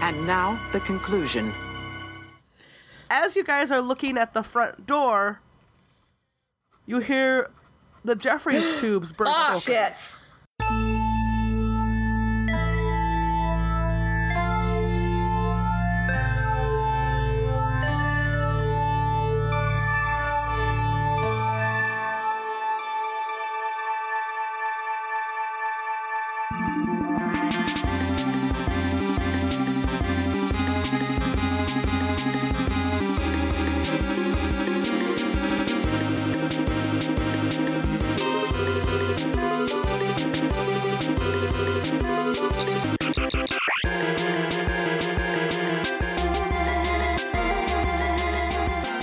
And now, the conclusion. As you guys are looking at the front door, you hear the Jeffries tubes burst Ah, open. shit.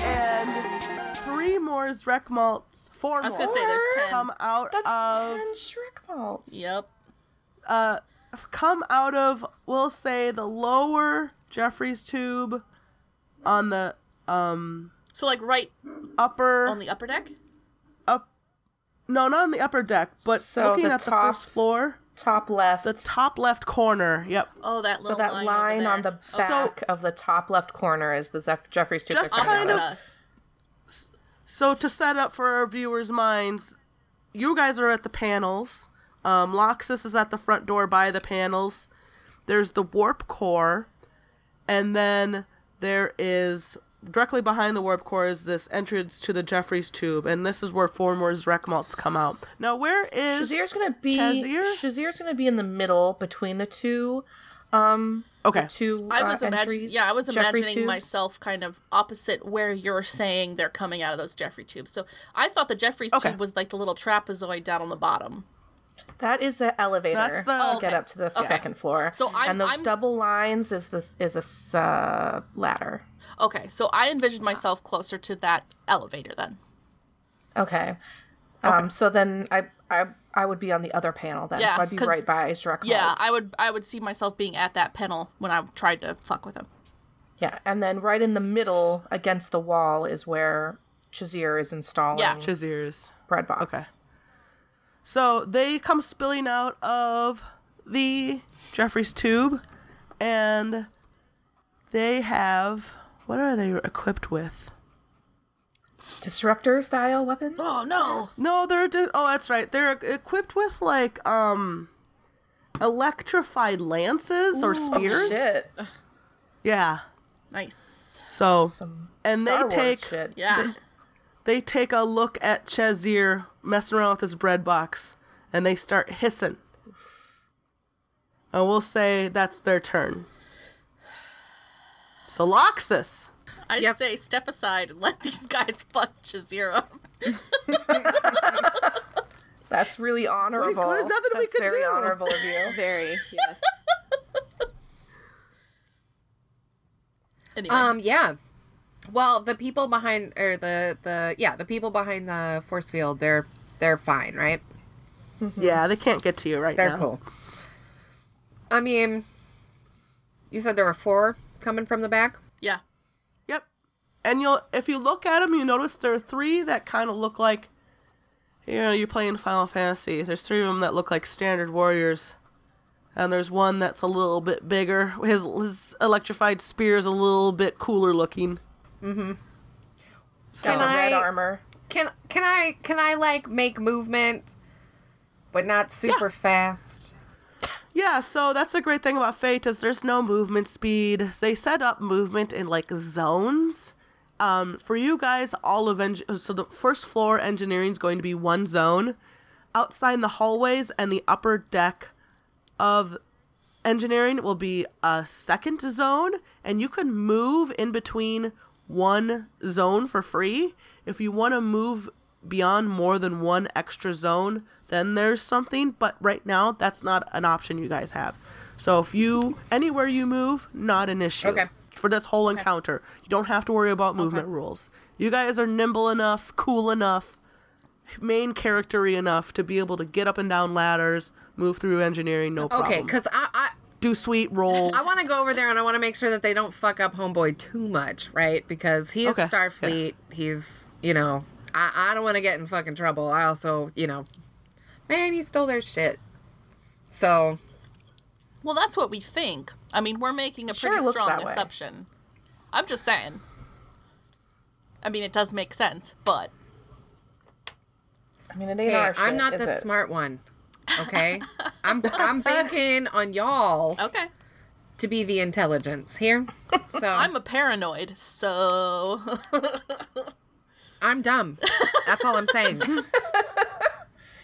and three more Zrek malts, four I was more gonna say there's ten. come out That's of 10 Shrek malts. Yep. uh come out of we'll say the lower Jeffrey's tube on the um So like right upper on the upper deck. up no not on the upper deck but So looking the at the top- first floor Top left. the top left corner yep Oh, that so little that line, line, over there. on the back of the top left corner is the Zeph- Jeffrey's tube. Just they're coming opposite kind out of- us. So to set up for our viewers' minds, you guys are at the panels. Um, Loxus is at the front door by the panels. There's the warp core, and then there is directly behind the warp core is this entrance to the Jeffrey's tube, and this is where four more Zrek malts come out. Now, where is Shazir's gonna be Chazir? Shazir's gonna be in the middle between the two, um, okay? two. I uh, was imagining, entries, yeah, I was Jeffrey imagining tubes. myself kind of opposite where you're saying they're coming out of those Jeffrey tubes. So I thought the Jeffrey's Okay. tube was like the little trapezoid down on the bottom. That is the elevator. That's the- to Oh, get okay. up to the Okay. second floor. So I'm- and those I'm- double lines is this is a s- uh, ladder. Okay, so I Ah. envisioned myself closer to that elevator then. Okay. Um. So then I I I would be on the other panel then. Yeah, so I'd be 'cause- right by Zrak. Yeah, I would I would see myself being at that panel when I tried to fuck with him. Yeah, and then right in the middle against the wall is where Chazir is installing Yeah. Chazir's. Breadbox. Okay. So they come spilling out of the Jeffrey's tube, and they have what are they equipped with? Disruptor style weapons. Oh no. No, they're di- oh, that's right. They're equipped with like um electrified lances or spears. Shit. Yeah. Nice. So Some And Star they Wars take- shit. Yeah. they take a look at Chazir messing around with his bread box, and they start hissing. And we'll say that's their turn. So Loxus. I say step aside and let these guys fuck Chazira. up. That's really honorable. there's nothing we That's could very do. honorable of you. Very, yes. Anyway. um, yeah. Well, the people behind or the the yeah, the people behind the force field, they're they're fine, right? Yeah, they can't get to you right Mm-hmm. They're now. cool. I mean, you said there were four coming from the back. yeah. Yep. And you'll if you look at them, you notice there are three that kind of look like you know you're playing Final Fantasy. There's three of them that look like standard warriors, and there's one that's a little bit bigger. His, his electrified spear is a little bit cooler looking. Got the Can red I- armor. Can can I can I like make movement, but not super fast? Yeah, so that's the great thing about Fate is there's no movement speed. They set up movement in like zones. Um, for you guys, all of eng- so the first floor engineering is going to be one zone. Outside in the hallways and the upper deck of engineering will be a second zone, and you can move in between one zone for free. If you want to move beyond more than one extra zone, then there's something, but right now that's not an option you guys have. So if you anywhere you move, not an issue. Okay. For this whole encounter, you don't have to worry about movement rules. You guys are nimble enough, cool enough, main charactery enough to be able to get up and down ladders, move through engineering, no problem Okay, because I, I do sweet rolls. I want to go over there and I want to make sure that they don't fuck up Homeboy too much, right? Because he is Okay, Starfleet. He's, you know, I, I don't want to get in fucking trouble. I also, you know, man, he stole their shit. So Well, that's what we think. I mean, we're making a Sure pretty looks strong that way. assumption. I'm just saying. I mean, it does make sense, but I mean, it ain't Hey, our shit, I'm not is the it? smart one. Okay? I'm I'm banking on y'all okay. to be the intelligence here. So I'm a paranoid, so I'm dumb. That's all I'm saying.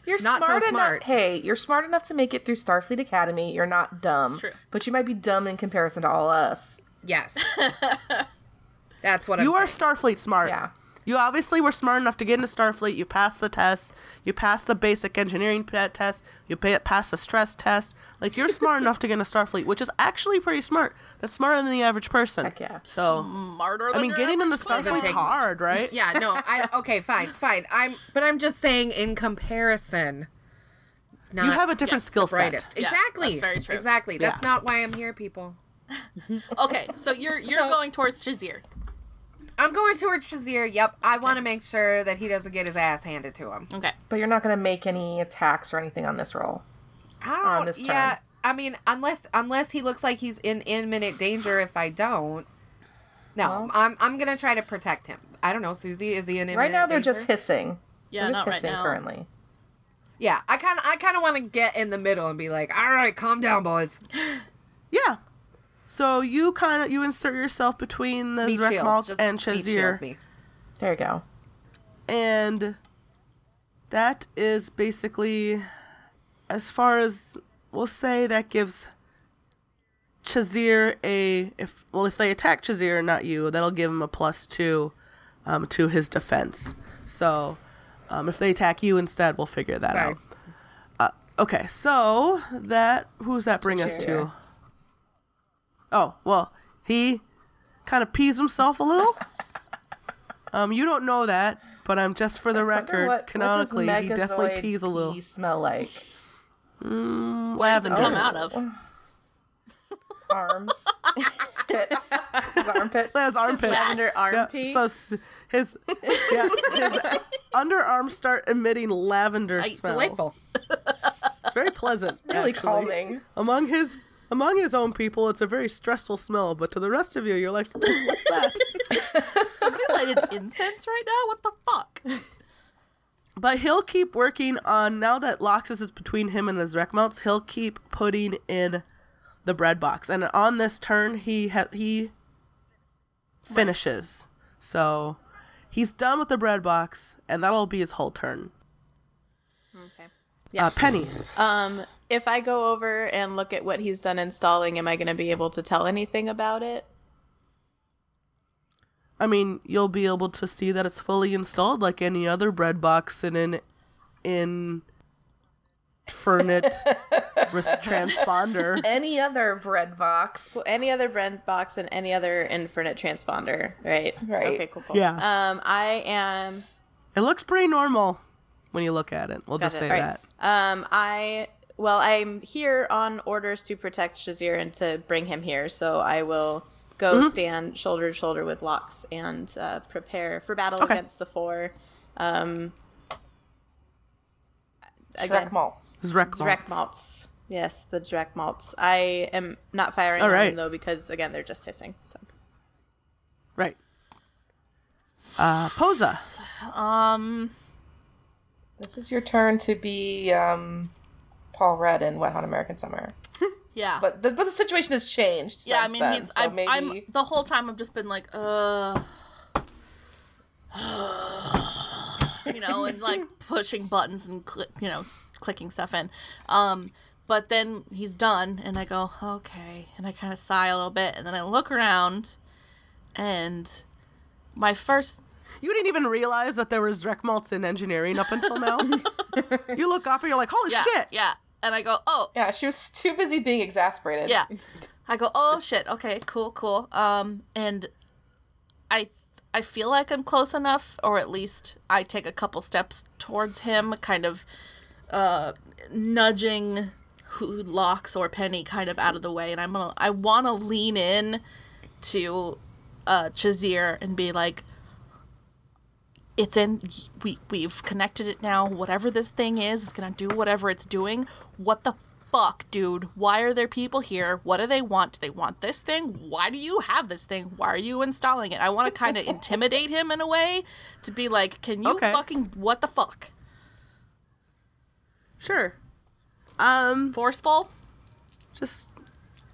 You're Not so smart enough. smart. Hey, you're smart enough to make it through Starfleet Academy. You're not dumb. It's true. But you might be dumb in comparison to all us. Yes. That's what You I'm are Starfleet smart. Yeah. You obviously were smart enough to get into Starfleet. You passed the test. You passed the basic engineering p- test. You pa- passed the stress test. Like you're smart enough to get into Starfleet, which is actually pretty smart. That's smarter than the average person. Heck yeah. So smarter. Than I mean, your getting into average person. Starfleet's take- hard, right? Yeah, no. I okay, fine, fine. I'm but I'm just saying in comparison. Not You have a different skill set. brightest. Yeah, Exactly. that's very true. Exactly. That's Yeah. not why I'm here, people. Okay, so you're you're So- going towards Shazir. I'm going towards Shazir. Yep. I want to make sure that he doesn't get his ass handed to him. Okay. But you're not going to make any attacks or anything on this roll. I Oh, don't, on this Yeah, turn. I mean, unless unless he looks like he's in imminent danger. If I don't, no, I'm I'm gonna try to protect him. I don't know, Susie. Is he in imminent? Right now, they're danger? just hissing. Yeah, they're just not right hissing now. currently. Yeah, I kind of I kind of want to get in the middle and be like, all right, calm down, boys. Yeah. So you kind of you insert yourself between the Be chill. Zrekmalts Just and be chill with Shazir. me. There you go. and that is basically as far as we'll say that gives Chazir a if well if they attack Chazir not you that'll give him a plus two um, to his defense so um, if they attack you instead we'll figure that Right. out okay so that who's that bring us to Chazir. oh well he kind of pees himself a little um you don't know that but I'm just for the Wonder record what, canonically what he does definitely Megazoid pees a little pee smell like Where does it Lavender. come out of? arms, his pits, his armpits. his armpits. underarm Yeah, pee? So s- his, yeah, his underarms start emitting lavender It's smell. Delightful. It's very pleasant. Really actually. calming. Among his among his own people, it's a very stressful smell, but to the rest of you, you're like, "Ooh, what's that? Somebody lighted incense right now. What the fuck? but he'll keep working on now that Loxus is between him and the Zrek mounts. He'll keep putting in the bread box, and on this turn, he ha- he finishes. So he's done with the bread box, and that'll be his whole turn. Okay. Uh, Penny, Um, if I go over and look at what he's done installing, am I going to be able to tell anything about it? I mean, you'll be able to see that it's fully installed like any other bread box in an in fernit res- transponder. Any other bread box? Any other brand box and any other infinite transponder, right? Right. Okay, cool, cool. Yeah. Um, I am. It looks pretty normal when you look at it. We'll just Got say it. All right. that. Um, I well, I'm here on orders to protect Shazir and to bring him here, so I will go Mm-hmm. stand shoulder to shoulder with Locks and uh, prepare for battle Okay. against the four. Um, Shrek malts. Zrek malts. Direct malts. Yes, the direct malts. I am not firing All on right. them though because again they're just hissing. So Right. Uh, Posa. Um, This is your turn to be um, Paul Rudd in Wet Hot American Summer. yeah. But the, but the situation has changed. yeah, I since mean, then, he's. so I, maybe I'm the whole time. I've just been like, uh, you know, and like pushing buttons and cli you know, clicking stuff in. Um, but then he's done, and I go, okay, and I kind of sigh a little bit, and then I look around, and my first You didn't even realize that there were Zrek malts in engineering up until now. you look up and you're like, holy yeah, shit. yeah, and I go, oh, yeah, she was too busy being exasperated. yeah i go oh shit okay cool cool um and i i feel like i'm close enough or at least i take a couple steps towards him kind of uh nudging who locks or penny kind of out of the way and i'm gonna i want to lean in to uh chazir and be like it's in we we've connected it now whatever this thing is it's gonna do whatever it's doing what the fuck, dude? Why are there people here? What do they want? Do they want this thing? Why do you have this thing? Why are you installing it? I want to kind of intimidate him in a way to be like, can you Okay. fucking, what the fuck? Sure. Um, Forceful? just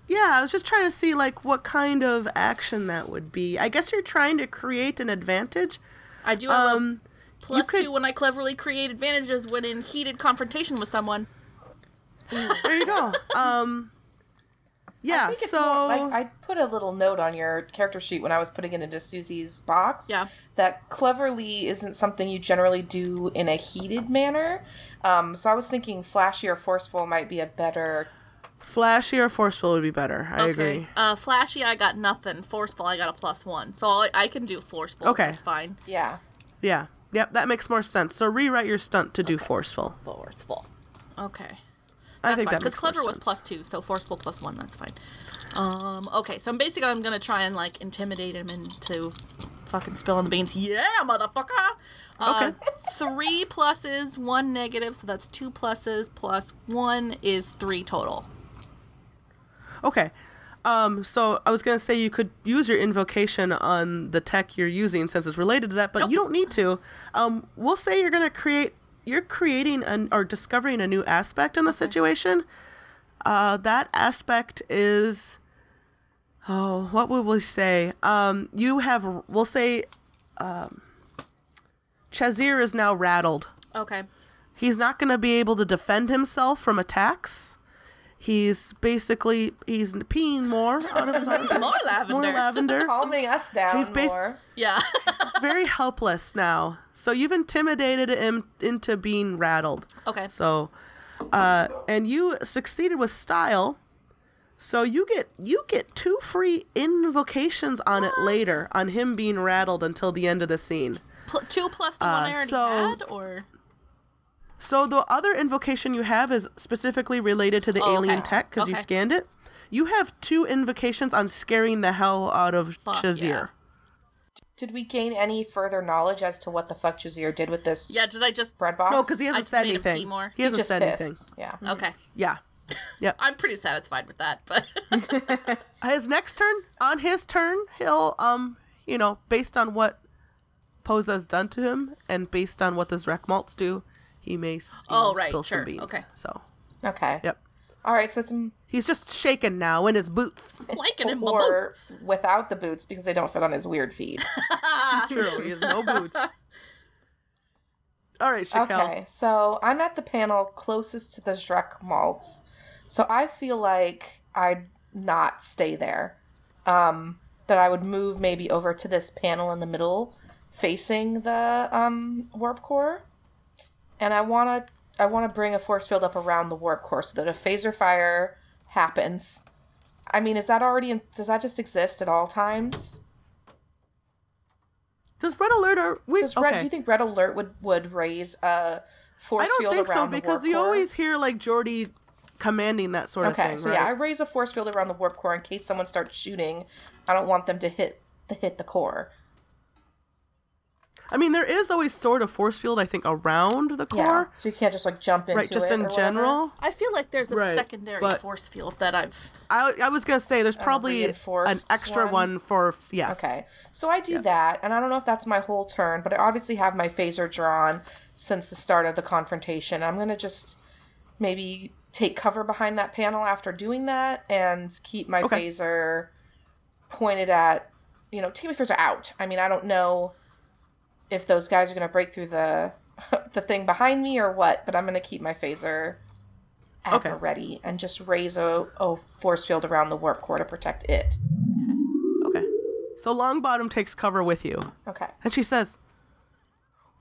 yeah, I was just trying to see like what kind of action that would be. I guess you're trying to create an advantage. I do have Um, a plus could- two when I cleverly create advantages when in heated confrontation with someone. There you go. um, yeah. I think it's so more- like, I put a little note on your character sheet when I was putting it into Susie's box. Yeah. That cleverly isn't something you generally do in a heated manner. Um, so I was thinking flashy or forceful might be a better. flashy or forceful would be better. I agree. Uh, flashy, I got nothing. Forceful, I got a plus one. So I, I can do forceful. Okay. That's fine. Yeah. Yeah. Yep. That makes more sense. So rewrite your stunt to do forceful. Forceful. Okay. I That's think fine. that Because makes more clever was sense. plus two, so forceful plus one. That's fine. Um. Okay. So basically, I'm gonna try and like intimidate him into fucking spilling the beans. Yeah, motherfucker. Uh, Okay. Three pluses, one negative. So that's two pluses plus one is three total. Okay. Um, so I was gonna say you could use your invocation on the tech you're using since it's related to that, but you Nope. don't need to. Um, we'll say you're gonna create. You're creating an or discovering a new aspect in the situation. Uh, that aspect is. Oh, what would we say? Um, you have. We'll say. Um, Chazir is now rattled. Okay. He's not going to be able to defend himself from attacks. He's basically he's peeing more out of his armpit. More lavender. more lavender. Calming us down He's bas- more. Yeah. He's very helpless now. So you've intimidated him into being rattled. okay. So, uh, and you succeeded with style. So you get you get two free invocations on it later on him being rattled until the end of the scene. Pl- two plus the one I Uh, already so- had, or So the other invocation you have is specifically related to the Oh, okay. alien tech because you Okay. scanned it. You have two invocations on scaring the hell out of Fuck, Shazir. yeah. Did we gain any further knowledge as to what the fuck Jazeer did with this yeah. Did I just? bread box? No, because Oh, he I hasn't just said made him pee anything. more. He He's hasn't just said pissed. anything. Yeah. Okay. Yeah. Yep. I'm pretty satisfied with that, but his next turn, on his turn, he'll um, you know, based on what Posa's done to him and based on what the Zrekmalts do, he may s- you Oh, know, right, spill sure, some beans. okay. So, Okay. yep. All right. So it's m- He's just shaken now in his boots. liking him. or without the boots because they don't fit on his weird feet. True, he has no boots. All right, Shakel. Okay, so I'm at the panel closest to the Shrek malts, so I feel like I'd not stay there. Um, that I would move maybe over to this panel in the middle, facing the um, warp core, and I wanna I wanna bring a force field up around the warp core so that if phaser fire happens, I mean, is that already in, does that just exist at all times? Does red alert or we? Does okay. red, do you think red alert would would raise a force I don't field think so around the because warp you core? always hear like Jordy commanding that sort Okay, of thing, so right? yeah, I raise a force field around the warp core in case someone starts shooting. I don't want them to hit the hit the core. I mean, there is always sort of force field, I think, around the Yeah, core, so you can't just like jump into right? Just it or in whatever. general. I feel like there's a Right, secondary but- force field that I've. I, I was gonna say there's probably an reinforced extra one? one, for f- yes. Okay, so I do that, and I don't know if that's my whole turn, but I obviously have my phaser drawn since the start of the confrontation. I'm gonna just maybe take cover behind that panel after doing that, and keep my Okay. phaser pointed at. You know, take my phaser out. I mean, I don't know if those guys are gonna break through the the thing behind me or what, but I'm gonna keep my phaser at Okay. the ready and just raise a, a force field around the warp core to protect it. Okay. So Longbottom takes cover with you, Okay. and she says,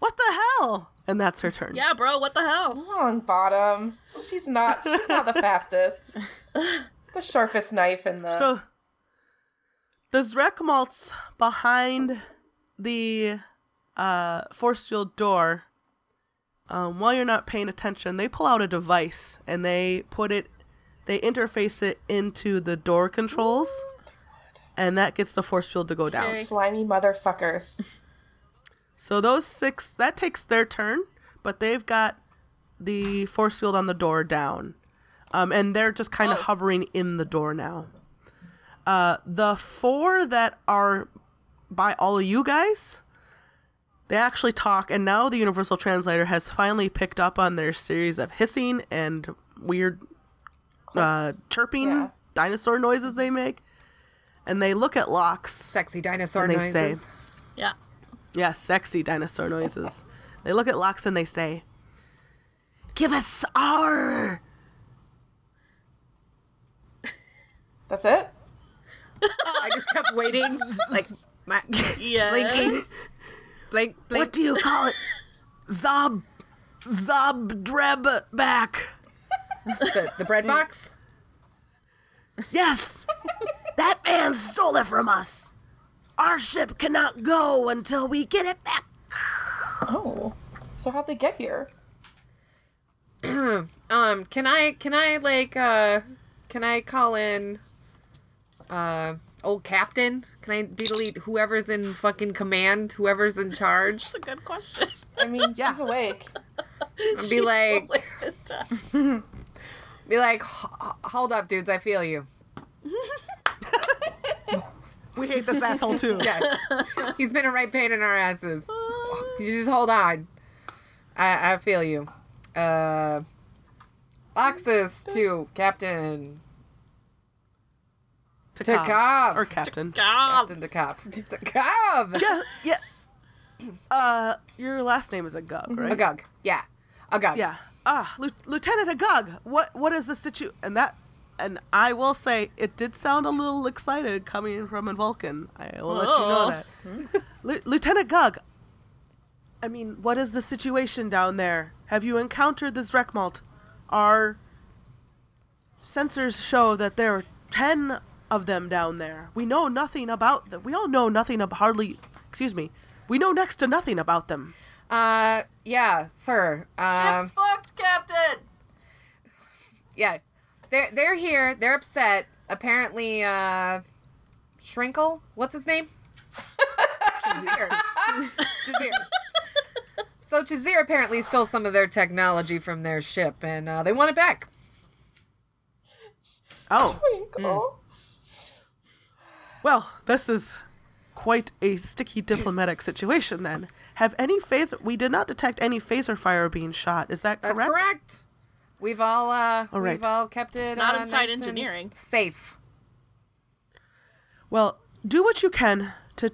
"What the hell?" And that's her turn. Yeah, bro. What the hell? Long bottom. She's not. She's not the fastest. The sharpest knife in the. So the Zrekmalts behind the uh, force field door, um, while you're not paying attention, they pull out a device and they put it, they interface it into the door controls, and that gets the force field to go down. Okay. slimy motherfuckers. So those six, that takes their turn, but they've got the force field on the door down. Um, and they're just kind of hovering in the door now. Uh, the four that are by all of you guys, they actually talk, and now the Universal Translator has finally picked up on their series of hissing and weird uh, chirping Yeah. dinosaur noises they make. And they look at Locks Sexy dinosaur And they say- noises. Yeah. yeah, sexy dinosaur noises. they look at Lox and they say, Give us our. That's it. I just kept waiting, like my Yes. blinking, blink, What blink. do you call it? Zob. Zobdreb back. The, the bread box. Yes! that man stole it from us. Our ship cannot go until we get it back. Oh, so how'd they get here? Um, can I can I like uh can I call in uh old captain? Can I delete whoever's in fucking command, whoever's in charge? That's a good question. I mean, she's awake. And be like Like this time. be like "H- h- hold up dudes, I feel you. We hate this asshole too. Yeah. He's been a right pain in our asses. You just hold on. I I feel you. Uh Oxus to Captain To To Cobb. Or captain. God. Captain to Cobb. To Cobb. Yeah, yeah. Uh, your last name is Agug, right? Agug. Yeah. Agug. Yeah. Ah, Lieu- Lieutenant Agug, what what is the situ? And that, and I will say, it did sound a little excited coming in from a Vulcan. I will let you know Oh. that. Lieu- Lieutenant Agug, I mean, what is the situation down there? Have you encountered the Zrekmalt? Our sensors show that there are ten of them down there. We know nothing about them. We all know nothing about hardly. Excuse me. We know next to nothing about them. Uh, yeah, sir. Um, Ship's fucked, Captain. yeah, they're they're here. They're upset. Apparently, uh, Shrinkle. What's his name? Chazir. Chazir. So Chazir apparently stole some of their technology from their ship, and uh, they want it back. Oh. Twinkle. Well, this is quite a sticky diplomatic situation then. Have any phaser we did not detect any phaser fire being shot, is that That's correct? correct. We've all uh, All right. we've all kept it Not uh, inside nice and engineering. safe. Well, do what you can to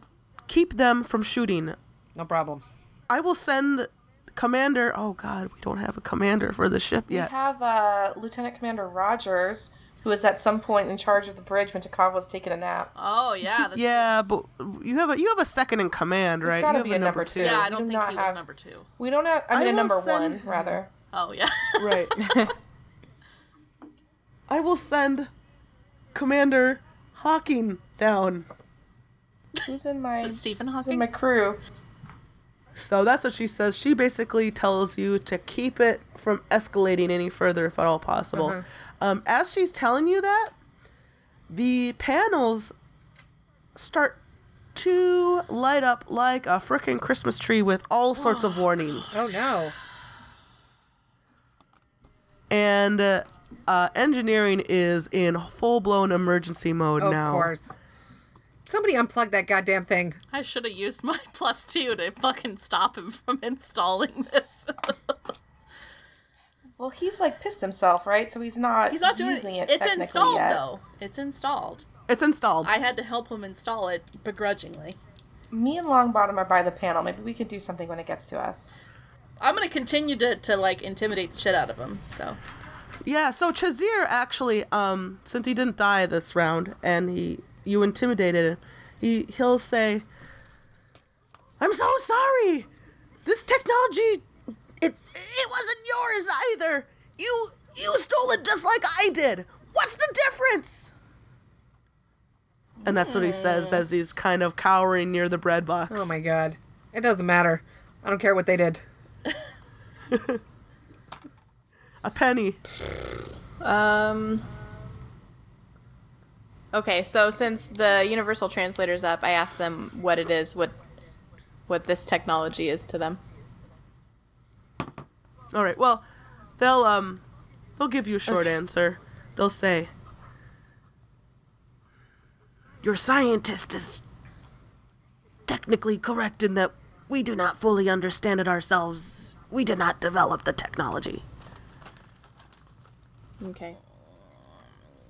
keep them from shooting. No problem. I will send commander oh god, we don't have a commander for the ship We yet. have uh, Lieutenant Commander Rogers, who was at some point in charge of the bridge when Takava was taking a nap. Oh yeah. That's yeah, but you have a you have a second in command, right? you gotta have be a number two. Yeah, I We don't do think not he was have- number two. We don't have. I mean, a will number send- one rather. Oh yeah. Right. I will send Commander Hawking down. Who's in my? Is it Who's Stephen in Hawking? my crew? So that's what she says. She basically tells you to keep it from escalating any further if at all possible. Uh-huh. Um, as she's telling you that, the panels start to light up like a frickin' Christmas tree with all sorts of warnings. Oh no. And uh, uh, engineering is in full blown emergency mode Of now. course. Somebody unplug that goddamn thing. I should have used my plus two to fucking stop him from installing this. Well, he's like pissed himself, right? So he's not. He's not doing using it. It's technically installed yet. though. It's installed. It's installed. I had to help him install it begrudgingly. Me and Longbottom are by the panel. Maybe we could do something when it gets to us. I'm gonna continue to, to like intimidate the shit out of him. So Yeah, so Chazir actually, um, since he didn't die this round and he you intimidated him, he he'll say I'm so sorry. This technology it it wasn't yours either. You you stole it just like I did. What's the difference? And that's what he says as he's kind of cowering near the bread box. Hmm. Oh my god. It doesn't matter. I don't care what they did. A penny. Um. Okay, so since the universal translator's up, I asked them what it is, what what this technology is to them. All right. Well, they'll um They'll give you a short answer. They'll say, Your scientist is technically correct in that we do not fully understand it ourselves. We did not develop the technology. Okay.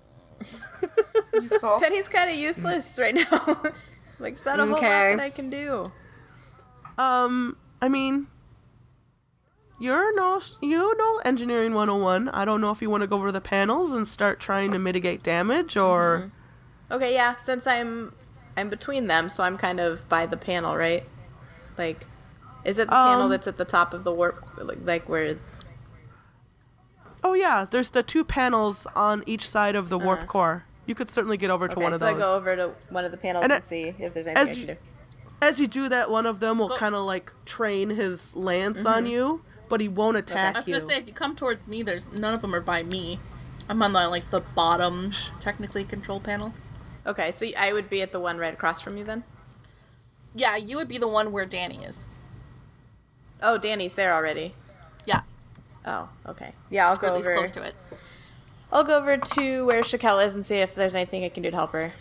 Useful. Penny's kind of useless right now. like, is that a whole lot Okay. that I can do? Um, I mean, you're no, you know engineering 101. I don't know if you want to go over the panels and start trying to mitigate damage or. Mm-hmm. Okay, yeah. Since I'm, I'm between them, so I'm kind of by the panel, right? Like, is it the panel Um, that's at the top of the warp, like, like where? Oh yeah, there's the two panels on each side of the warp Uh-huh. core. You could certainly get over to Okay, one of so those. I go over to one of the panels And and, it- see if there's as anything I you- should do. As you do that, one of them will kind of like train his lance on you, but he won't attack Mm-hmm. I was you. gonna say if you come towards me, there's none of them are by me. I'm on the like the bottom technically control panel. Okay, so I would be at the one right across from you then. Yeah, you would be the one where Danny is. Oh, Danny's there already. Yeah, Oh, okay. Yeah, I'll go or at least over. Oh, close to it. I'll go over to where Shakel is and see if there's anything I can do to help her.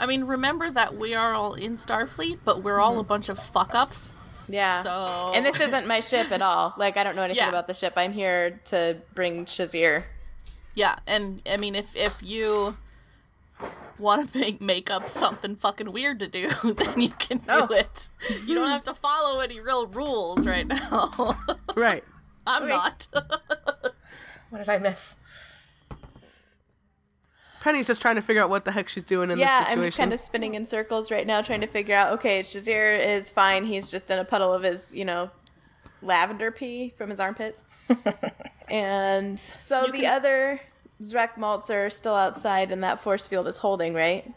I mean, remember that we are all in Starfleet, but we're Mm-hmm. all a bunch of fuck ups. Yeah. So- And this isn't my ship at all. Like I don't know anything Yeah. about the ship. I'm here to bring Shazir. Yeah, and I mean, if if you want to make make up something fucking weird to do, then you can do Oh. it. You don't have to follow any real rules right now. right. I'm not. What did I miss? Penny's just trying to figure out what the heck she's doing in yeah, this situation. I'm just kind of spinning in circles right now, trying to figure out. Okay, Shazir is fine. He's just in a puddle of his, you know, lavender pee from his armpits. and so the other Zrek malts are still outside, and that force field is holding, right?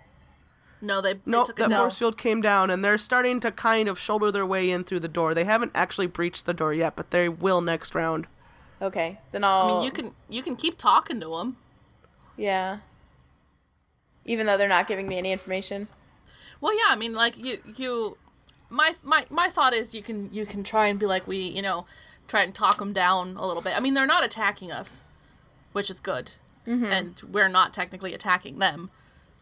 no, they, they Nope, took it that down. force field came down, and they're starting to kind of shoulder their way in through the door. They haven't actually breached the door yet, but they will next round. Okay, then I'll. I mean, you can you can keep talking to them. Yeah. Even though they're not giving me any information. Well, yeah, I mean, like you, you, my, my, my thought is you can, you can try and be like we, you know, try and talk them down a little bit. I mean, they're not attacking us, which is good, Mm-hmm. and we're not technically attacking them.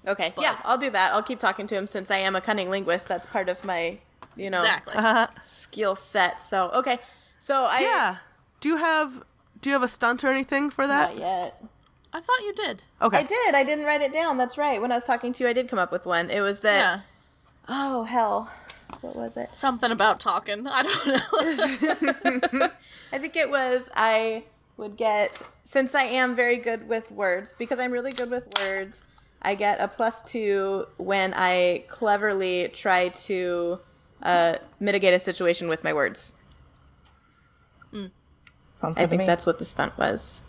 Okay, yeah, I'll do that. I'll keep talking to him since I am a cunning linguist. That's part of my, you know, Exactly. Uh-huh. skill set. So okay, so I Yeah. Do you have do you have a stunt or anything for that? not yet. I thought you did. Okay. I did. I didn't write it down. That's right. When I was talking to you, I did come up with one. It was that. Yeah, Oh hell, what was it? something about talking. I don't know. I think it was I would get since I am very good with words because I'm really good with words. I get a plus two when I cleverly try to uh, mitigate a situation with my words. Mm. Sounds good I to think me. that's what the stunt was.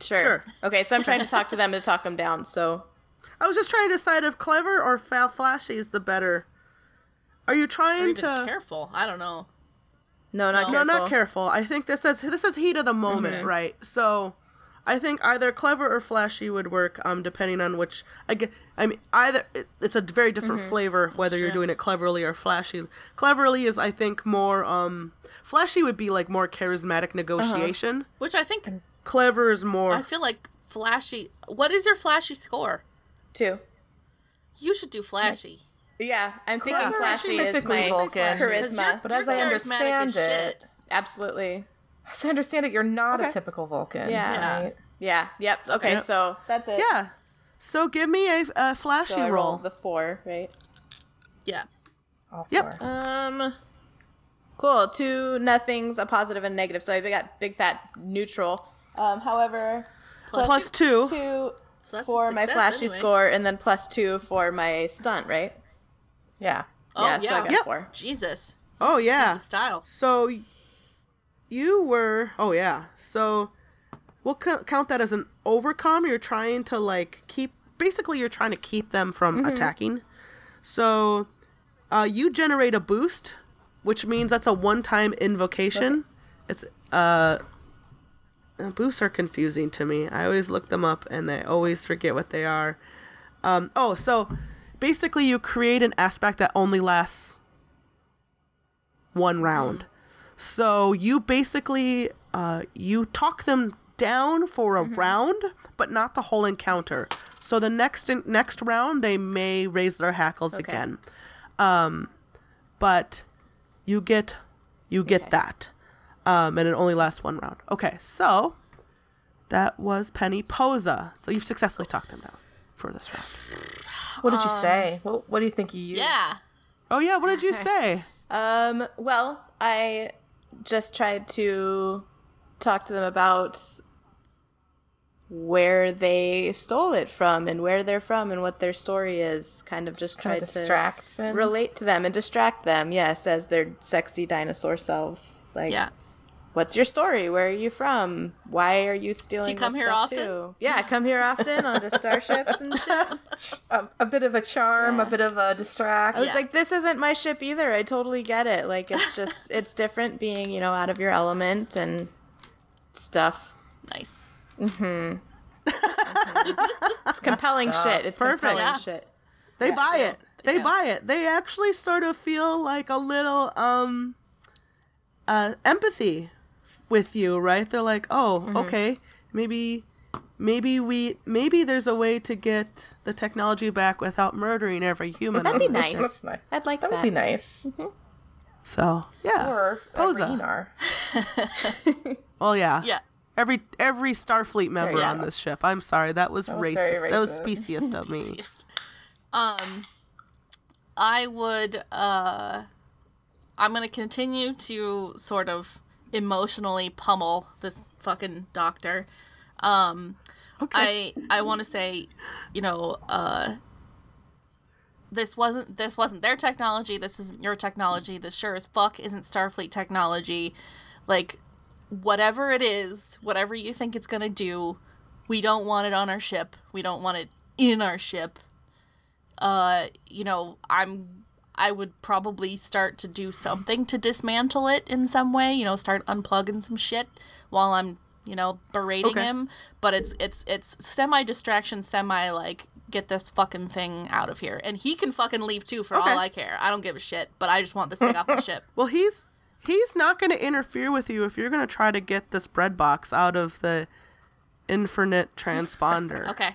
Sure. Sure. Okay, so I'm trying to talk to them to talk them down. So I was just trying to decide if clever or fa- flashy is the better. Are you Or trying even to? careful. I don't know. no, not no, careful. not careful. I think this is this is heat of the moment, right? So, I think either clever or flashy would work, um, depending on which. I get. I mean, either it, it's a very different flavor whether you're doing it cleverly or flashy. Cleverly is, I think, more um, flashy would be like more charismatic negotiation. Which I think Clever is more. I feel like flashy. What is your flashy score? Two. You should do flashy. Yeah, I'm thinking Clever is flashy is typically my Vulcan. 'Cause you're- charisma. But as you're I charismatic understand as shit. it, Absolutely. as I understand it, you're not a Okay. typical Vulcan. Yeah. Yeah. right? Yeah. Yep. Okay. Yep. So that's it. yeah. So give me a, a flashy So I roll. rolled the four, right? Yeah. All Yep. four. Um. Cool. Two nothings, a positive and a negative. So I got big fat neutral. Um. However, Plus Plus two. two So that's a for my success flashy anyway. score, and then plus two for my stunt. Right? Yeah. Oh yeah. So I got Yep. four. Jesus. Oh Succeed yeah. with Style. So y- you were. Oh yeah. So we'll c- count that as an overcome. You're trying to like keep. Basically, you're trying to keep them from attacking. So uh, you generate a boost, which means that's a one-time invocation. It's uh. uh, Boosts are confusing to me. I always look them up and I always forget what they are. Um, oh, so basically, you create an aspect that only lasts one round. So you basically uh, you talk them down for a round, but not the whole encounter. So the next next round, they may raise their hackles again. Um, but you get you get that, um, and it only lasts one round. Okay, so that was Penny Posa. So you've successfully talked them down for this round. What did you say? What, what do you think you used? Yeah. Oh yeah, what did you say? Um, well, I just tried to talk to them about where they stole it from and where they're from and what their story is. Kind of just Kind tried of distract. to relate to them and distract them. Yes, as their sexy dinosaur selves. Like, Yeah. what's your story? Where are you from? Why are you stealing? Do you come this here stuff often? Too? Yeah, come here often on the starships and shit. a, a bit of a charm, a bit of a distract. I was Yeah. like, this isn't my ship either. I totally get it. Like, it's just, it's different being, you know, out of your element and stuff. Nice. It's compelling shit. It's compelling Yeah. shit. They buy it. They do. buy it. They actually sort of feel like a little um uh empathy with you, right? They're like, "Oh, okay. Maybe maybe we maybe there's a way to get the technology back without murdering every human." That'd be on the ship." nice. That's nice. I'd like That that. would be nice. Mm-hmm. So, yeah. Or a Posa. Renar. Well, yeah. Yeah. Every every Starfleet member Yeah. on this ship. I'm sorry. That was, was very racist. That was racist. speciest of me. Um, I would. Uh, I'm gonna continue to sort of emotionally pummel this fucking doctor. Um, I I want to say, you know, uh, this wasn't this wasn't their technology. This isn't your technology. This sure as fuck isn't Starfleet technology. Like, whatever it is, whatever you think it's gonna do, we don't want it on our ship. We don't want it in our ship uh, you know, I'm I would probably start to do something to dismantle it in some way, you know, start unplugging some shit while I'm, you know, berating Okay. him, but it's it's it's semi distraction, semi like get this fucking thing out of here. And he can fucking leave too for all Okay. I care. I don't give a shit, but I just want this thing off my ship. Well, he's he's not going to interfere with you if you're going to try to get this bread box out of the infinite transponder. Okay.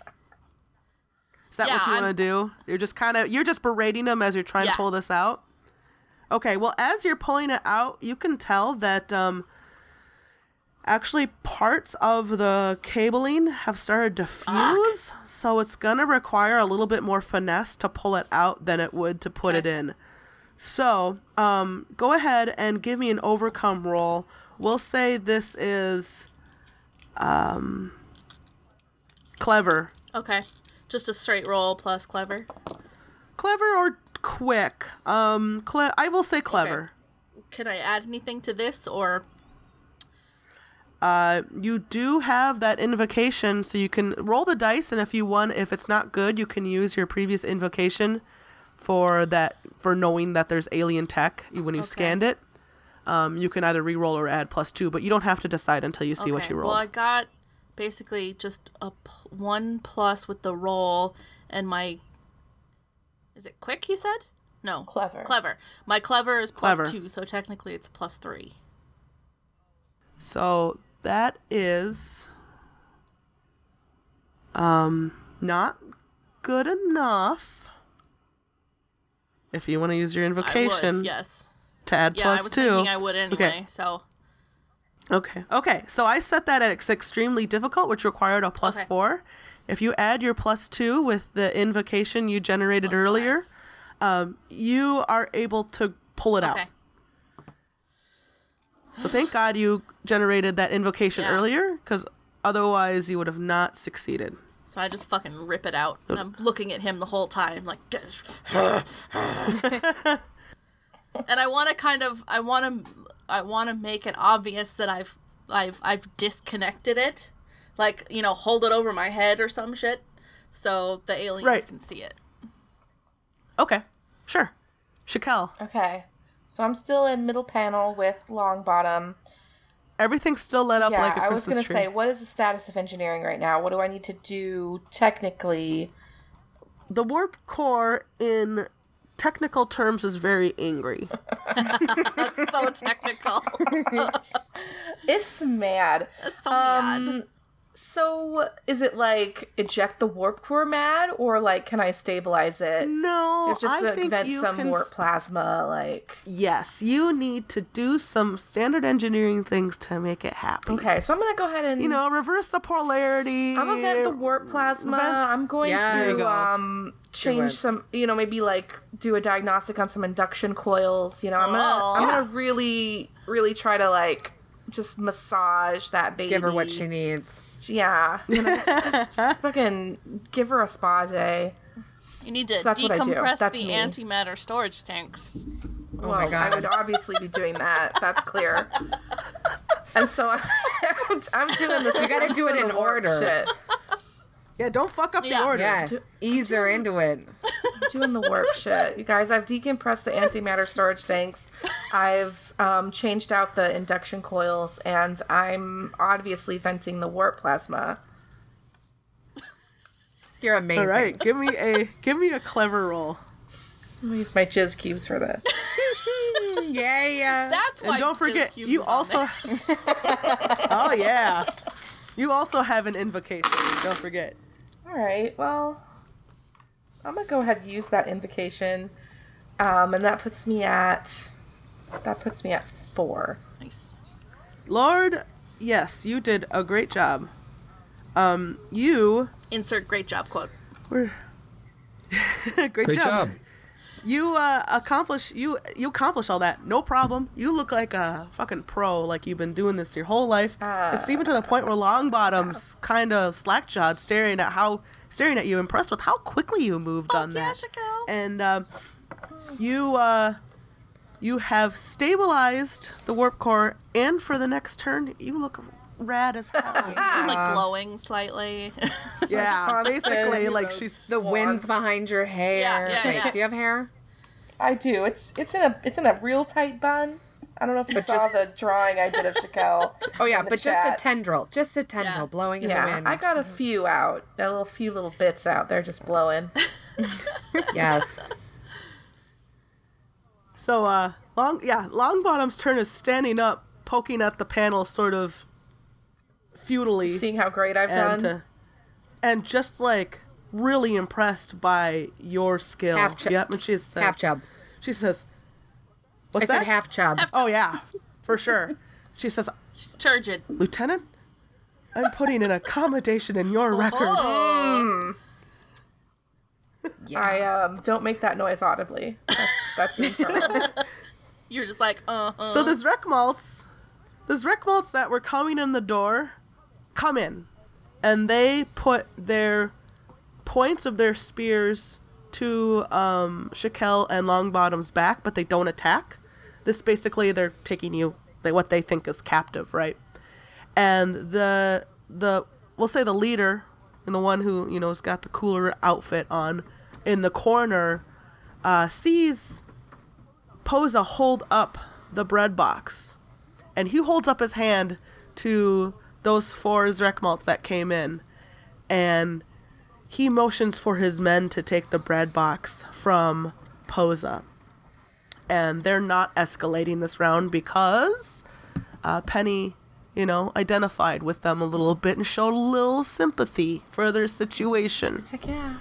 Is that Yeah, what you I'm- want to do? You're just kind of you're just berating him as you're trying Yeah. to pull this out. Okay, well, as you're pulling it out, you can tell that um, actually parts of the cabling have started to fuse, so it's gonna require a little bit more finesse to pull it out than it would to put it in. So, um, go ahead and give me an overcome roll. We'll say this is um, clever. Okay. Just a straight roll plus clever. clever or quick um cle- i will say clever Can I add anything to this or uh you do have that invocation so you can roll the dice and if you won if it's not good you can use your previous invocation for that for knowing that there's alien tech when you scanned it um you can either re-roll or add plus two but you don't have to decide until you see what Okay, you roll Well, I got basically just a pl- one plus with the roll, and my is it quick? You said no. Clever. Clever. My clever is plus Clever. two, so technically it's plus three. so that is um not good enough if you want to use your I invocation would. Yes. to add Yeah, plus I was two. thinking I would anyway. Okay. So Okay. Okay. So I set that at ex- extremely difficult, which required a plus Okay. four. If you add your plus two with the invocation you generated earlier, um, you are able to pull it okay. out. So thank God you generated that invocation Yeah. earlier, because otherwise you would have not succeeded. So I just fucking rip it out, and I'm looking at him the whole time, like. and I want to kind of, I want to, I want to make it obvious that I've, I've, I've disconnected it, like you know, hold it over my head or some shit, so the aliens Right. can see it. Okay. Sure. Shakel, Okay. So I'm still in middle panel with long bottom. everything's still lit up yeah, like a I Christmas was gonna tree. say, what is the status of engineering right now? What do I need to do technically? the warp core in technical terms is very angry. That's so technical. It's mad. That's so mad. Um, so is it like eject the warp core mad, or like can I stabilize it? No, It's just I like think vent you some can warp s- plasma, like. Yes, you need to do some standard engineering things to make it happen. Okay, so I'm gonna go ahead and You know, reverse the polarity. I'm gonna vent the warp plasma. Vent- I'm going Yeah, there you to go. um change some, you know, maybe like do a diagnostic on some induction coils. You know, I'm gonna Oh. I'm gonna really really try to like just massage that baby. Give her what she needs. Yeah, I'm gonna just, just fucking give her a spa day. You need to So that's what I do. decompress the That's me. antimatter storage tanks. Oh well, God. I would obviously be doing that. That's clear. And so I, I'm doing this. You gotta do it in order. Shit. Yeah, don't fuck up Yeah. the order. Yeah, ease her into it. doing the warp shit. You guys, I've decompressed the antimatter storage tanks. I've um, changed out the induction coils, and I'm obviously venting the warp plasma. You're amazing. All right, give me a give me a clever roll. I'm gonna use my jizz cubes for this. Yeah, yeah. That's why. And don't jizz forget, cubes you is on also. there. oh yeah, you also have an invocation. Don't forget. All right, well, I'm gonna go ahead and use that invocation, um, and that puts me at that puts me at four. Nice. Lord, yes, you did a great job. Um, you Insert great job quote. were great, Great job. You uh, accomplish you you accomplish all that, no problem. You look like a fucking pro, like you've been doing this your whole life. Ah. it's even to the point where Longbottom's kind of slackjawed, staring at how staring at you, impressed with how quickly you moved on yeah, that. Chico. And um, you uh, you have stabilized the warp core, and for the next turn, you look rad as hell. It's like glowing slightly. yeah, basically, Constance. like she's The Wands. wind's behind your hair. Yeah, yeah, Wait, yeah. do you have hair? I do. It's it's in a it's in a real tight bun. I don't know if you saw the drawing I did of Jaquel. Oh yeah, in the but chat. just a tendril, just a tendril Yeah. blowing in the Yeah, wind. I got a few out, a little few little bits out there just blowing. yes. So, uh, long yeah, Longbottom's turn is standing up, poking at the panel, sort of futilely, Seeing how great I've and done. uh, and just like really impressed by your skill. Half chub. Yep, and she says, half chub. She says, I "What's said that?" half chub. oh yeah, for sure. she says, She's turgid. "Lieutenant, I'm putting an accommodation in your record." Oh, I um, don't make that noise audibly. That's that's internal. you're just like uh. uh So there's rec malts, there's rec malts that were coming in the door, come in, and they put their points of their spears to um, Shakel and Longbottom's back, but they don't attack. This basically they're taking you they, what they think is captive, right? And the the we'll say the leader and the one who you know has got the cooler outfit on in the corner uh, sees Posa hold up the bread box, and he holds up his hand to those four Zrekmalts that came in, and he motions for his men to take the bread box from Posa. And they're not escalating this round because uh, Penny, you know, identified with them a little bit and showed a little sympathy for their situations. yeah.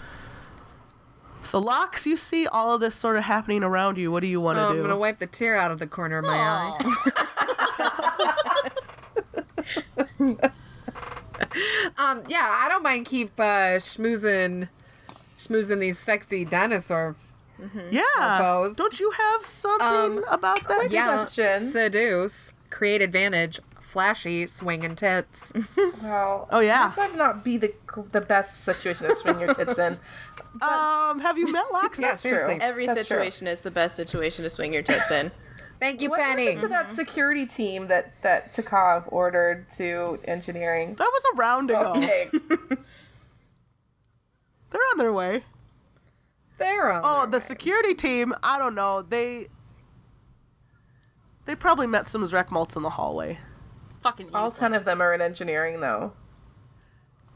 So, Lox, you see all of this sort of happening around you. What do you want to Oh, I'm do? gonna wipe the tear out of the corner of my eye. um, yeah, I don't mind keep uh, schmoozing, schmoozing these sexy dinosaur. Yeah. Mofos. Don't you have something about that? yeah. question. seduce, create advantage, flashy, swinging tits. Well, Oh, yeah. This might not be the the best situation to swing your tits in. Um, have you met Lox? Yeah, seriously. Every That's true. situation is the best situation to swing your tits in. Thank you, What Penny. happened to Mm-hmm. that security team that that Takov ordered to engineering? That was a round ago. Okay. They're on their way. They're on Oh, their the way. security team, I don't know. They they probably met some Zrekmalts in the hallway. fucking All useless. ten of them are in engineering, though.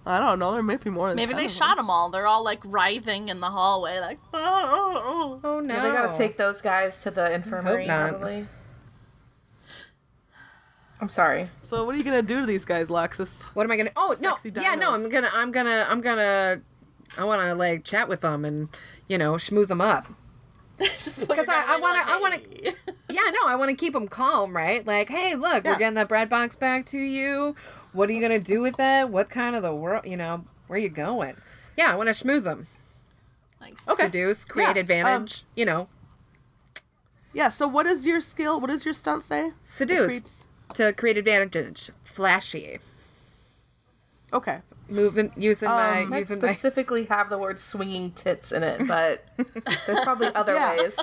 I don't know. There may be more. Than Maybe 10 they of them. shot them all. They're all like writhing in the hallway, like. "Oh, oh, oh." Oh no! Yeah, they gotta take those guys to the infirmary. not. Probably. I'm sorry. So what are you gonna do to these guys, Laxus? What am I gonna? Oh no! Sexy Yeah, no. dinos. I'm gonna. I'm gonna. I'm gonna. I want to like chat with them and you know schmooze them up. Just because I- I wanna- I to. Yeah, no. I want to keep them calm, right? Like, hey, look, we're Yeah. getting that bread box back to you. What are you gonna do with it? What kind of the world? You know, where you going? Yeah, I want to schmooze them. Nice. Seduce, create um, advantage. you know, Yeah. So what is your skill? What does your stunt say? seduce creates- to create advantage. Flashy. Okay. Moving, using Um, my I using my. specifically have the word swinging tits in it, but there's probably other Yeah. ways.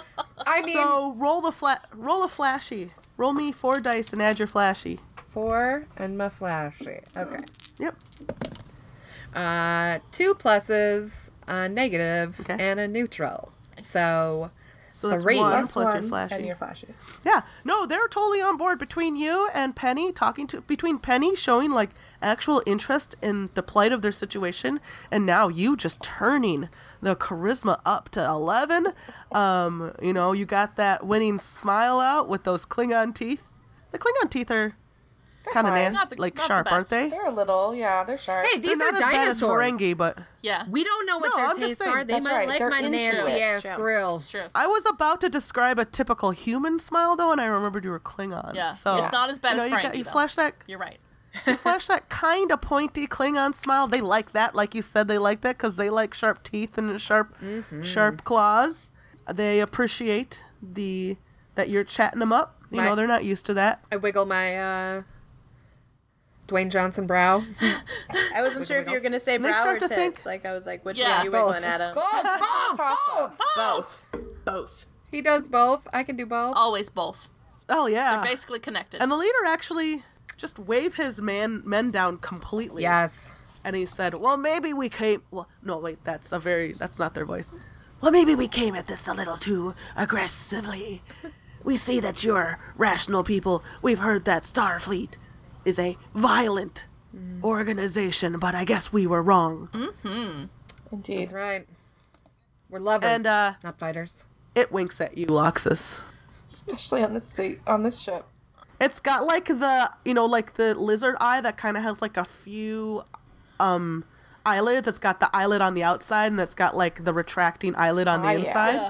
I mean, So roll the flat. Roll a flashy. Roll me four dice and add your flashy. four and my flashy. Okay. Yep. Uh, two pluses, a negative, Okay. and a neutral. So So that's Three. one Plus plus one your flashy. And your flashy. Yeah, no, they're totally on board between you and Penny talking to between Penny showing like actual interest in the plight of their situation, and now you just turning the charisma up to eleven. Um, you know, you got that winning smile out with those Klingon teeth. The Klingon teeth are kind of fine. nasty, Not the- like not the sharp, aren't best. they? They're a little, yeah, they're sharp. hey, They're these are not as bad as dinosaurs. Ferengi, but Yeah. We don't know what No, their I'm just tastes saying, are. They that's might right, like they're my insects. nasty ass Yeah. grill. It's true. I was about to describe a typical human smile though, and I remembered you were Klingon. Yeah, so it's not as you bad as know, you, got- Ferengi, you though. flash that You're right. flash that kind of pointy Klingon smile. They like that, like you said, they like that because they like sharp teeth and sharp, Mm-hmm. sharp claws. They appreciate the that you're chatting them up. You Right. know, they're not used to that. I wiggle my uh, Dwayne Johnson brow. I wasn't sure if you were gonna say they brow or start to tits. think- Like I was like, which Yeah, one are you Both. wiggling at him? Both, both, both. Both. Both. He does both. I can do both. Always both. Oh yeah. Basically connected. and the leader actually just waved his man men down completely. Yes. And he said, "Well, maybe we came. Well, no, wait, that's a very that's not their voice. Well, maybe we came at this a little too aggressively. We see that you're rational people. We've heard that Starfleet is a violent organization, but I guess we were wrong. Indeed. That's right. We're lovers, And, uh, not fighters. It winks at you, Loxus. Especially on this seat, on this ship. It's got like the you know like the lizard eye that kind of has like a few um eyelids. It's got the eyelid on the outside and it's got like the retracting eyelid on the Ah, yeah,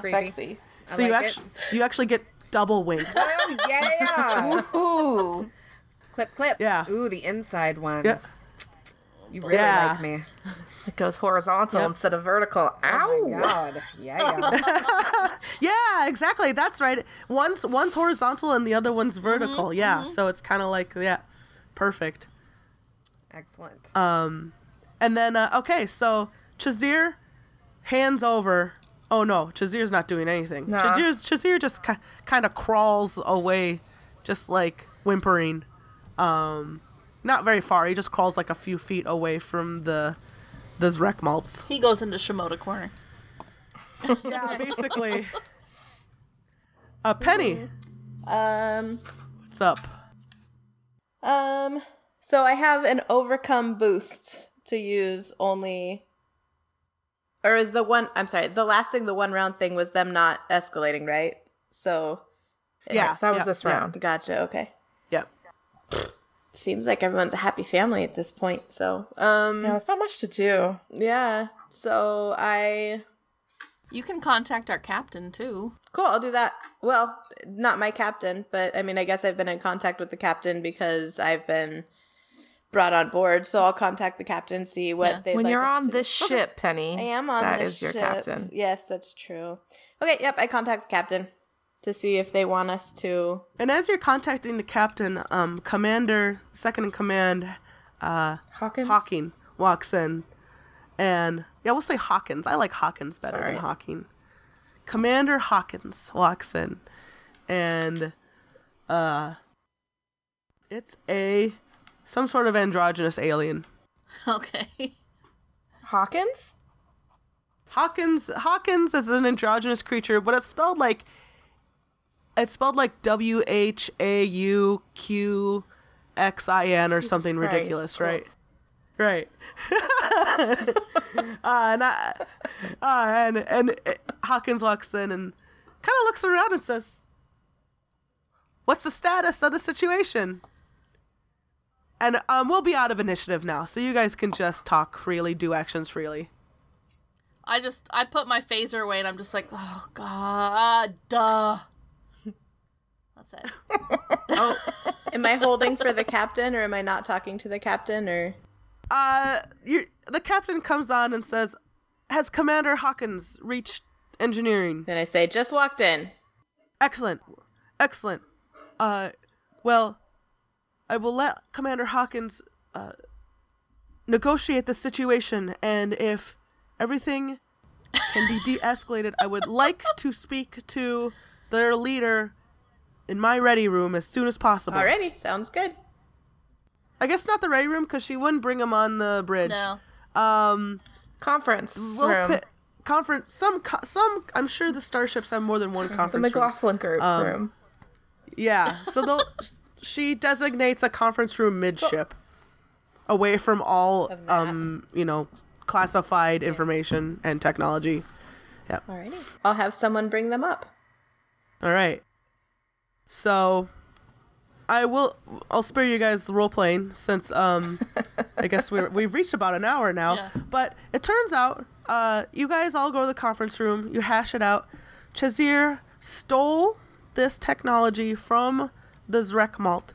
inside. Creepy. Sexy. So I you like it. actually you actually get double wink. Oh yeah! Ooh. clip, clip. Yeah. Ooh, the inside one. Yeah. You really Yeah. like me. It goes horizontal instead of vertical. Ow. Oh God. Yeah. yeah. Yeah, exactly. That's right. One's one's horizontal and the other Mm-hmm, one's vertical. yeah. So it's kind of like yeah, perfect. Excellent. Uh, And then uh, okay, so Chazir hands over. Oh no, Chazir's not doing anything. Nah. Chazir's Chazir just ki- kind of crawls away, just like whimpering. Um, not very far. He just crawls like a few feet away from the the Zrek malts. he goes into Shimoda corner. Yeah, Uh, basically. A Mm-hmm. penny. Um. What's up? Um. So I have an overcome boost to use only. Or is the one? I'm sorry. The last thing, the one round thing, was them not escalating, right? So Yeah, So that was yeah, this yeah, round. gotcha. Okay. Yeah. Seems like everyone's a happy family at this point. So um. No, it's not much to do. Yeah. So I You can contact our captain too. cool, I'll do that. Well, not my captain, but I mean I guess I've been in contact with the captain because I've been brought on board, so I'll contact the captain and see what Yeah. they when like you're us on to- this Okay. ship, Penny. I am on That this is your ship. captain. Yes, that's true. Okay, yep, I contact the captain to see if they want us to And as you're contacting the captain, um, Commander, second in command, uh, Hawkins. Hawking walks in. And yeah, we'll say Hawkins. I like Hawkins better Sorry. than Hawking. Commander Hawkins walks in. And uh, it's a some sort of androgynous alien. Okay. Hawkins? Hawkins Hawkins is an androgynous creature, but it's spelled like it's spelled like W H A U Q X I N or Jesus something Christ. ridiculous, right? Right. uh, and I, uh, and and uh, Hawkins walks in and kind of looks around and says, "What's the status of the situation?" And um, we'll be out of initiative now, so you guys can just talk freely, do actions freely. I just I put my phaser away and I'm just like, oh god, duh. That's it. Am I holding for the captain or am I not talking to the captain or Uh, you the captain comes on and says, "Has Commander Hawkins reached engineering?" then I say just walked in. Excellent. Excellent. Uh, well, I will let Commander Hawkins uh, negotiate the situation, and if everything can be de escalated, I would like to speak to their leader in my ready room as soon as possible. Alrighty, sounds good. I guess not the ready room because she wouldn't bring him on the bridge. No. Um, Conference we'll room. put conference some co- some. I'm sure the starships have more than one the conference. room. McLaughlin group room. Yeah. So they'll, she designates a conference room midship, away from all um you know classified information and technology. Alrighty. I'll have someone bring them up. All right. So, I will. I'll spare you guys the role playing since um, I guess we we've reached about an hour now. Yeah. But it turns out, uh, you guys all go to the conference room. You hash it out. Chazir stole this technology from the Zrek Malt.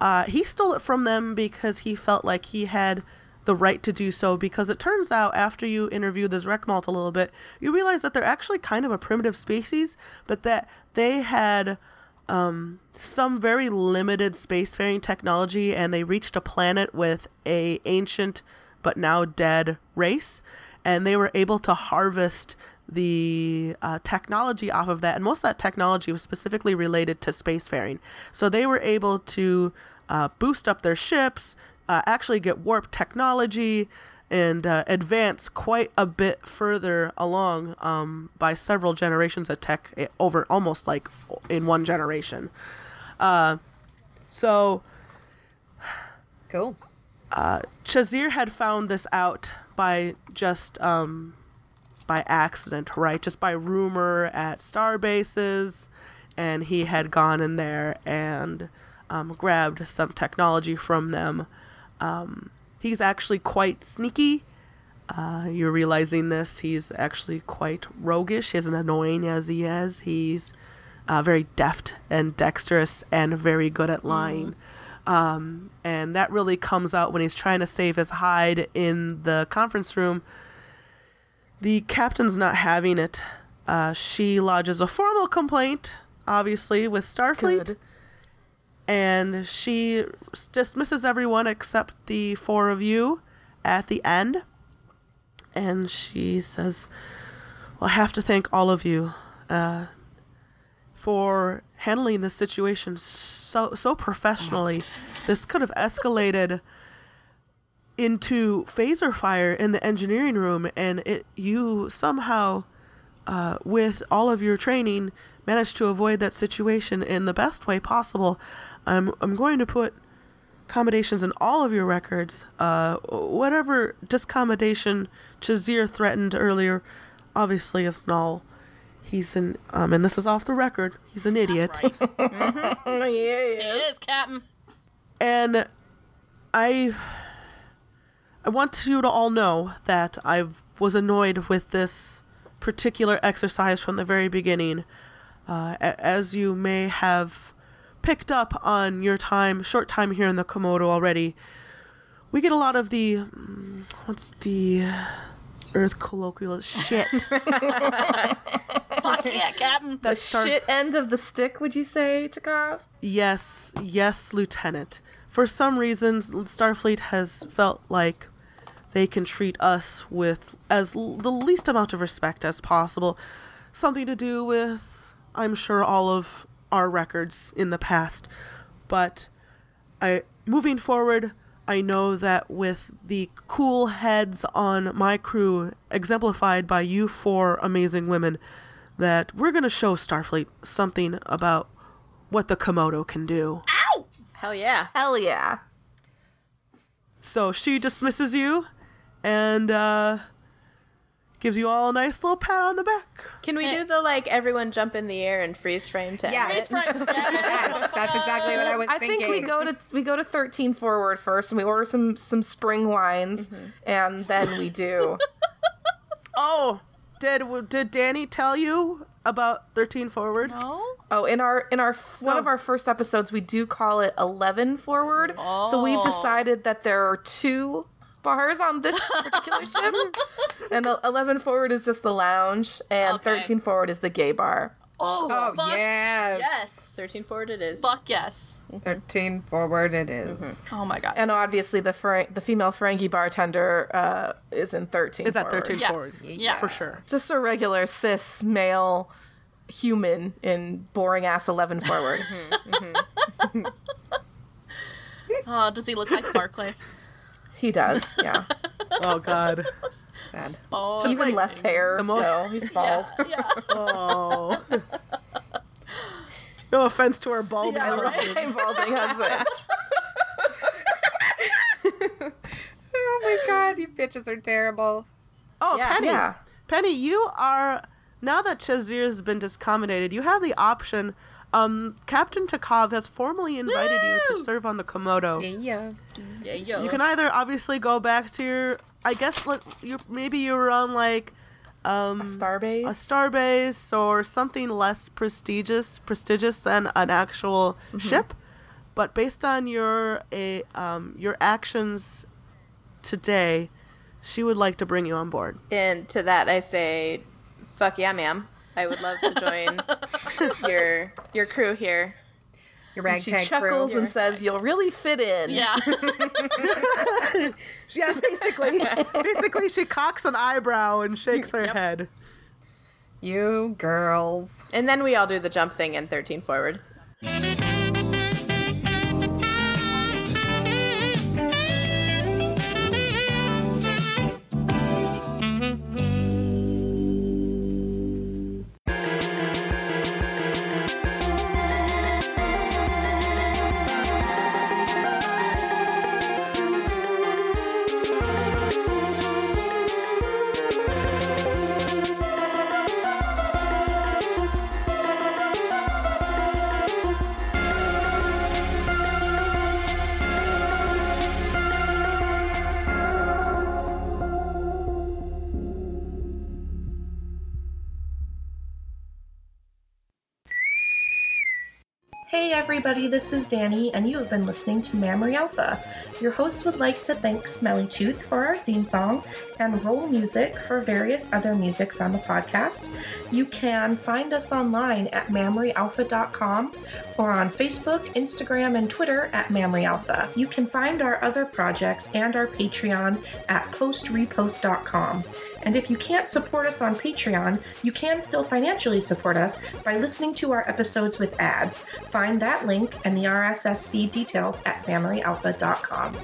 Uh, he stole it from them because he felt like he had the right to do so. Because it turns out, after you interview the Zrek Malt a little bit, you realize that they're actually kind of a primitive species, but that they had um, some very limited spacefaring technology, and they reached a planet with a ancient but now dead race, and they were able to harvest the uh, technology off of that. And most of that technology was specifically related to spacefaring, so they were able to uh, boost up their ships, uh, actually get warp technology, and uh, advance quite a bit further along um, by several generations of tech eh, over almost like in one generation. Uh, so Cool. Chazir had found this out by just um, by accident, right? Just by rumor at star bases, and he had gone in there and um, grabbed some technology from them. Um, he's actually quite sneaky. Uh, you're realizing this. He's actually quite roguish. He isn't annoying as he is. He's uh, very deft and dexterous and very good at lying and that really comes out when he's trying to save his hide in the conference room. The captain's not having it. Uh, she lodges a formal complaint, obviously, with Starfleet, Good. and she s- dismisses everyone except the four of you at the end. And she says, Well, I have to thank all of you for handling this situation so so professionally. this could have escalated into phaser fire in the engineering room, and it you somehow, uh, with all of your training, managed to avoid that situation in the best way possible. I'm I'm going to put accommodations in all of your records. Uh, whatever discommodation Chazir threatened earlier, obviously is null. He's an um, and this is off the record. He's an idiot. Right. It is, Captain. And I I want you to all know that I was annoyed with this particular exercise from the very beginning. Uh, a- as you may have picked up on your time, short time here in the Komodo already, we get a lot of the mm, what's the Earth colloquial shit. Fuck yeah, Captain. that The start- shit end of the stick, would you say, Takov? Yes, yes, Lieutenant. For some reasons, Starfleet has felt like they can treat us with as l- the least amount of respect as possible. Something to do with, I'm sure, all of our records in the past. But I moving forward, I know that with the cool heads on my crew, exemplified by you four amazing women, that we're gonna show Starfleet something about what the Komodo can do. Hell yeah. Hell yeah. So she dismisses you and uh, gives you all a nice little pat on the back. Can we do the like everyone jump in the air and freeze frame to Yeah. end Freeze it? frame. Yes, that's exactly what I was I think thinking. we go to we go to thirteen forward first, and we order some some spring wines, and then we do. Oh, did did Danny tell you about 13 forward? No? Oh, in our in our one of our first episodes, we do call it eleven forward. So we've decided that there are two bars on this particular ship, and el- eleven forward is just the lounge, and Okay. thirteen forward is the gay bar. Oh, Oh, fuck yes. yes. Thirteen forward it is. Fuck yes. 13 forward it is. Oh my god. And obviously, the Fer- the female Ferengi bartender uh, is in thirteen. Is that forward. 13 Yeah. forward? Yeah. For sure. Just a regular cis male human in boring ass eleven forward. Oh, does he look like Barclay? he does, yeah. Oh God. Sad. Oh, Even less hair. the most- though. he's bald. Oh. no offense to our bald. Yeah, man. right? Balding husband. Oh my god, you bitches are terrible. Oh, Yeah. Penny. Yeah. Penny, you are now that Chazir has been discombinated, you have the option. Um, Captain Takov has formally invited you to Woo! serve on the Komodo. Yeah. yeah, yo. You can either obviously go back to your, I guess, like you maybe you were on like, um, Starbase. a starbase or something less prestigious prestigious than an actual Mm-hmm. ship but based on your a um, your actions today she would like to bring you on board And to that I say, fuck yeah, ma'am. I would love to join your your crew here. Your She ragtag chuckles crew. and says, "You'll really fit in." yeah. yeah basically basically she cocks an eyebrow and shakes her head You girls. And then we all do the jump thing in thirteen forward. Hey everybody, this is Danny, and you have been listening to Mammary Alpha. Your hosts would like to thank Smelly Tooth for our theme song and Roll Music for various other musics on the podcast. You can find us online at mammaryalpha.com or on Facebook, Instagram, and Twitter at Mammary Alpha. You can find our other projects and our Patreon at postrepost.com. And if you can't support us on Patreon, you can still financially support us by listening to our episodes with ads. Find that link and the RSS feed details at mammaryalpha.com.